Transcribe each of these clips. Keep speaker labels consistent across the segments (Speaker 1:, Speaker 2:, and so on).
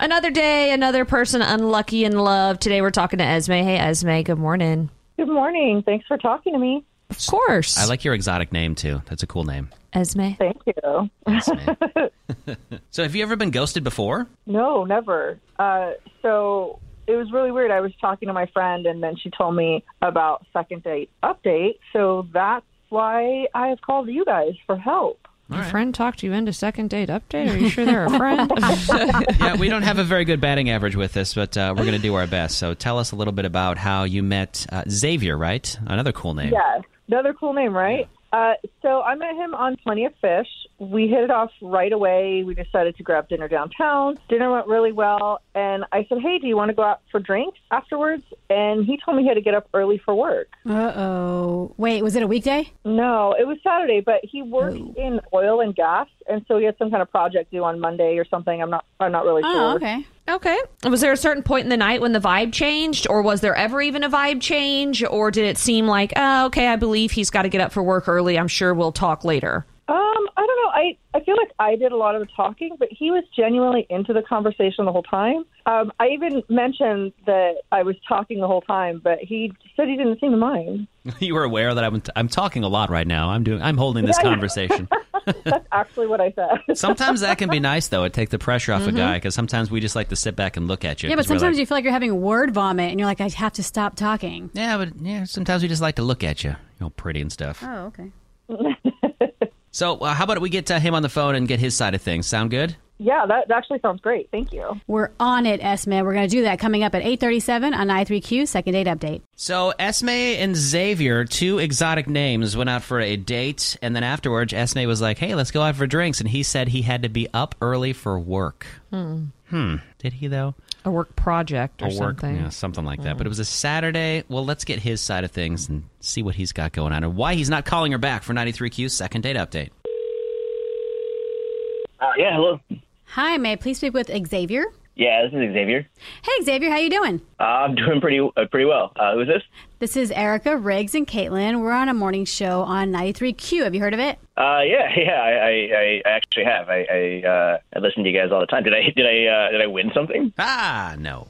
Speaker 1: Another day, another person unlucky in love. Today we're talking to Esme. Hey, Esme, good morning.
Speaker 2: Good morning. Thanks for talking to me.
Speaker 1: Of course.
Speaker 3: I like your exotic name too. That's a cool name.
Speaker 1: Esme.
Speaker 2: Thank you.
Speaker 3: So, have you ever been ghosted before?
Speaker 2: No, never. Uh, so it was really weird. I was talking to my friend, and then she told me about second date update. So that's why I have called you guys for help.
Speaker 1: Your friend talked you into second date update. Are you sure they're a friend?
Speaker 3: yeah, we don't have a very good batting average with this, but uh, we're going to do our best. So, tell us a little bit about how you met uh, Xavier, right? Another cool name.
Speaker 2: Yes. Another cool name, right? Uh, so I met him on Plenty of Fish. We hit it off right away. We decided to grab dinner downtown. Dinner went really well. And I said, Hey, do you want to go out for drinks afterwards? And he told me he had to get up early for work.
Speaker 4: Uh oh. Wait, was it a weekday?
Speaker 2: No, it was Saturday, but he worked in oil and gas. And so he had some kind of project due on Monday or something. I'm not, I'm not really sure.
Speaker 4: Oh, okay.
Speaker 1: okay. Was there a certain point in the night when the vibe changed, or was there ever even a vibe change, or did it seem like, oh, okay, I believe he's got to get up for work early. I'm sure we'll talk later.
Speaker 2: Um, I don't know. I I feel like I did a lot of the talking, but he was genuinely into the conversation the whole time. Um, I even mentioned that I was talking the whole time, but he said he didn't seem to mind.
Speaker 3: you were aware that I'm, I'm talking a lot right now. I'm doing. I'm holding this conversation.
Speaker 2: That's actually what I said.
Speaker 3: sometimes that can be nice though. It takes the pressure off a guy because sometimes we just like to sit back and look at you.
Speaker 4: Mm-hmm. Yeah, but
Speaker 3: 'cause we're
Speaker 4: sometimes
Speaker 3: like,
Speaker 4: you feel like you're having word vomit and you're like, I have to stop talking.
Speaker 3: Yeah, but yeah, sometimes we just like to look at you. You're all pretty and stuff.
Speaker 4: Oh, okay.
Speaker 3: So, uh, how about we get uh, him on the phone and get his side of things? Sound good?
Speaker 2: yeah, that that actually sounds great. Thank you.
Speaker 4: We're on it, Esme. We're going to do that coming up at 8.37 on i3Q Second Date Update.
Speaker 3: So Esme and Xavier, two exotic names, went out for a date, and then afterwards, Esme was like, "Hey, let's go out for drinks," and he said he had to be up early for work. Hmm. Did he though?
Speaker 1: A work project or
Speaker 3: A work,
Speaker 1: something. Hmm.
Speaker 3: yeah, something like that. But it was a Saturday. Well, let's get his side of things and see what he's got going on and why he's not calling her back for 93Q's second date update.
Speaker 5: Uh, yeah, hello.
Speaker 4: Hi, may I please speak with Xavier?
Speaker 5: Yeah, this is Xavier.
Speaker 4: Hey, Xavier, how you doing?
Speaker 5: Uh, I'm doing pretty uh, pretty well. Uh, who's this?
Speaker 4: This is Erica, Riggs, and Caitlin. We're on a morning show on 93Q. Have you heard of it?
Speaker 5: Uh, yeah, yeah, I, I, I actually have. I, I, uh, I listen to you guys all the time. Did I did I uh, did I win something?
Speaker 3: Ah, no.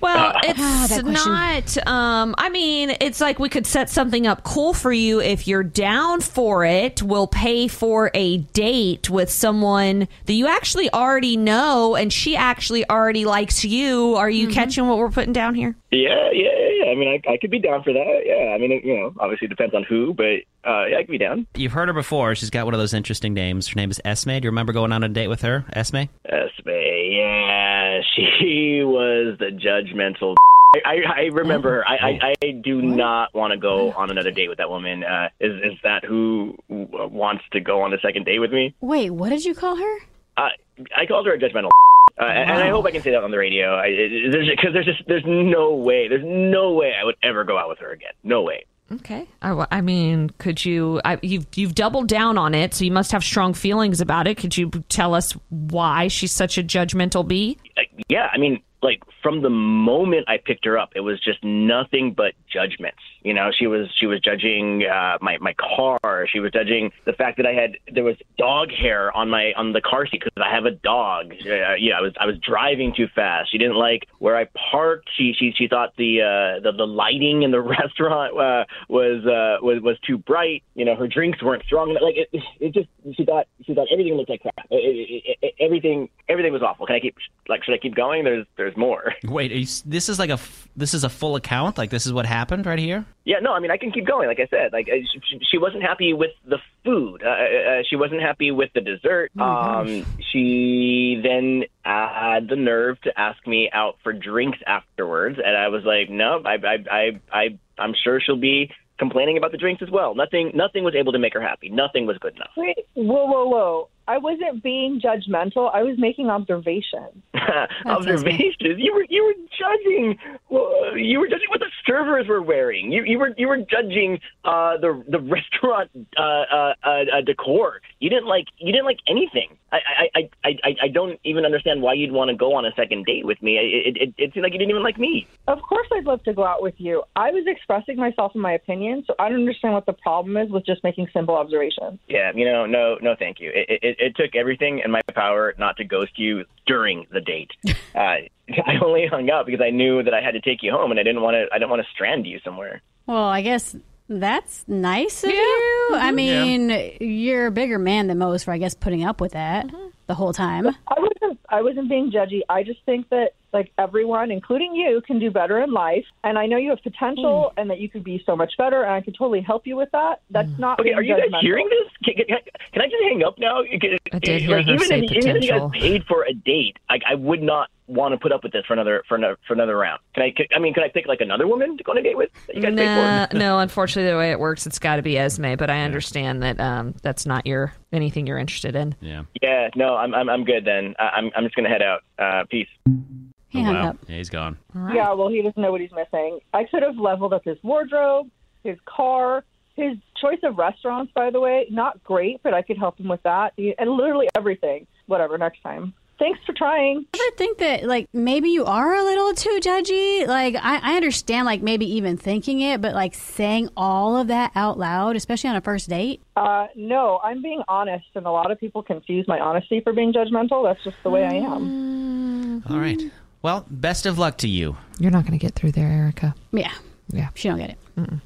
Speaker 1: Well, it's
Speaker 4: that
Speaker 1: not. Um, I mean, it's like we could set something up cool for you if you're down for it. We'll pay for a date with someone that you actually already know, and she actually already likes you. Are you catching what we're putting down here?
Speaker 5: Yeah, yeah, yeah, yeah. I mean, I, I could be down for that. Yeah, I mean, it, you know, obviously it depends on who, but uh, yeah, I could be down.
Speaker 3: You've heard her before. She's got one of those interesting names. Her name is Esme. Do you remember going on a date with her, Esme?
Speaker 5: Esme, yeah, she was the judgmental. I, I, I remember her. I, I, I do not want to go on another date with that woman. Uh, is is that who w- wants to go on a second date with me?
Speaker 4: Wait, what did you call her?
Speaker 5: I I called her a judgmental. Uh, and, and I hope I can say that on the radio. I, it, there's because there's just there's no way there's no way I would ever go out with her again. No way.
Speaker 1: Okay. I, w- I mean, could you? I, you've you've doubled down on it, so you must have strong feelings about it. Could you tell us why she's such a judgmental bee?
Speaker 5: Like, yeah, I mean, like from the moment I picked her up, it was just nothing but judgments. You know, she was she was judging uh, my my car. She was judging the fact that I had there was dog hair on my on the car seat because I have a dog. Uh, yeah, I was I was driving too fast. She didn't like where I parked. She she she thought the uh, the the lighting in the restaurant uh, was uh, was was too bright. You know, her drinks weren't strong enough. Like it, it just she thought she thought everything looked like crap. It- it- it- everything everything was awful. Can I keep like should I keep going? There's there's more.
Speaker 3: Wait, are you, s- this is like a f- this is a full account. Like this is what happened right here.
Speaker 5: Yeah, no, I mean, I can keep going. Like I said, like I- she, she wasn't happy with the food. Uh, uh, she wasn't happy with the dessert. um, she then had the nerve to ask me out for drinks afterwards, and I was like, no, I, I, I, I, I'm sure she'll be complaining about the drinks as well. Nothing, nothing was able to make her happy. Nothing was good enough.
Speaker 2: Wait, whoa, whoa, whoa. I wasn't being judgmental. I was making observations.
Speaker 5: Observations. You were, you were judging. well, You were judging what the servers were wearing. You, you were, you were judging uh, the the restaurant uh, uh, uh, uh, decor. You didn't like, you didn't like anything. I, I, I- I, I, I don't even understand why you'd want to go on a second date with me. It, it, it, it seemed like you didn't even like me.
Speaker 2: Of course, I'd love to go out with you. I was expressing myself and my opinion, so I don't understand what the problem is with just making simple observations.
Speaker 5: Yeah, you know, no, no, thank you. It, it, it took everything in my power not to ghost you during the date. uh, I only hung up because I knew that I had to take you home, and I didn't want to. I didn't want to strand you somewhere.
Speaker 4: Well, I guess that's nice of you. I mean, you're a bigger man than most for, I guess, putting up with that the whole time.
Speaker 2: I wasn't I wasn't being judgy. I just think that like everyone, including you, can do better in life. And I know you have potential
Speaker 5: Hmm.
Speaker 2: and that you could be so much better and I could totally help you with that. That's not
Speaker 5: Okay,
Speaker 2: being
Speaker 5: are you guys
Speaker 2: judgmental.
Speaker 5: hearing this? Can, can, can I just hang up now? Because,
Speaker 1: I did hear her
Speaker 5: even,
Speaker 1: say
Speaker 5: if, even if you
Speaker 1: potential.
Speaker 5: guys paid for a date, I, I would not want to put up with this for another for another for another round. Can I? Can, I mean, can I pick like another woman to go on a date with? That you guys
Speaker 1: No,
Speaker 5: paid for?
Speaker 1: no. Unfortunately, the way it works, it's got to be Esme. But I understand that um, that's not your anything you're interested in.
Speaker 3: Yeah.
Speaker 5: Yeah, no, I'm I'm, I'm good then. I, I'm I'm just gonna head out. Uh, peace.
Speaker 4: He
Speaker 3: Oh,
Speaker 4: hung
Speaker 3: wow.
Speaker 4: up.
Speaker 3: Yeah, he's gone.
Speaker 2: Yeah, well, he doesn't know what he's missing. I could have leveled up his wardrobe, his car, his choice of restaurants, by the way. Not great, but I could help him with that. And literally everything. Whatever, next time. Thanks for trying.
Speaker 4: ever think that like maybe you are a little too judgy like I, I understand like maybe even thinking it but like saying all of that out loud especially on a first date
Speaker 2: Uh, no, I'm being honest, and a lot of people confuse my honesty for being judgmental. That's just the way I am.
Speaker 3: All right. Well, best of luck to you.
Speaker 1: You're not going to get through there, Erica.
Speaker 4: yeah
Speaker 1: Yeah.
Speaker 4: she don't get it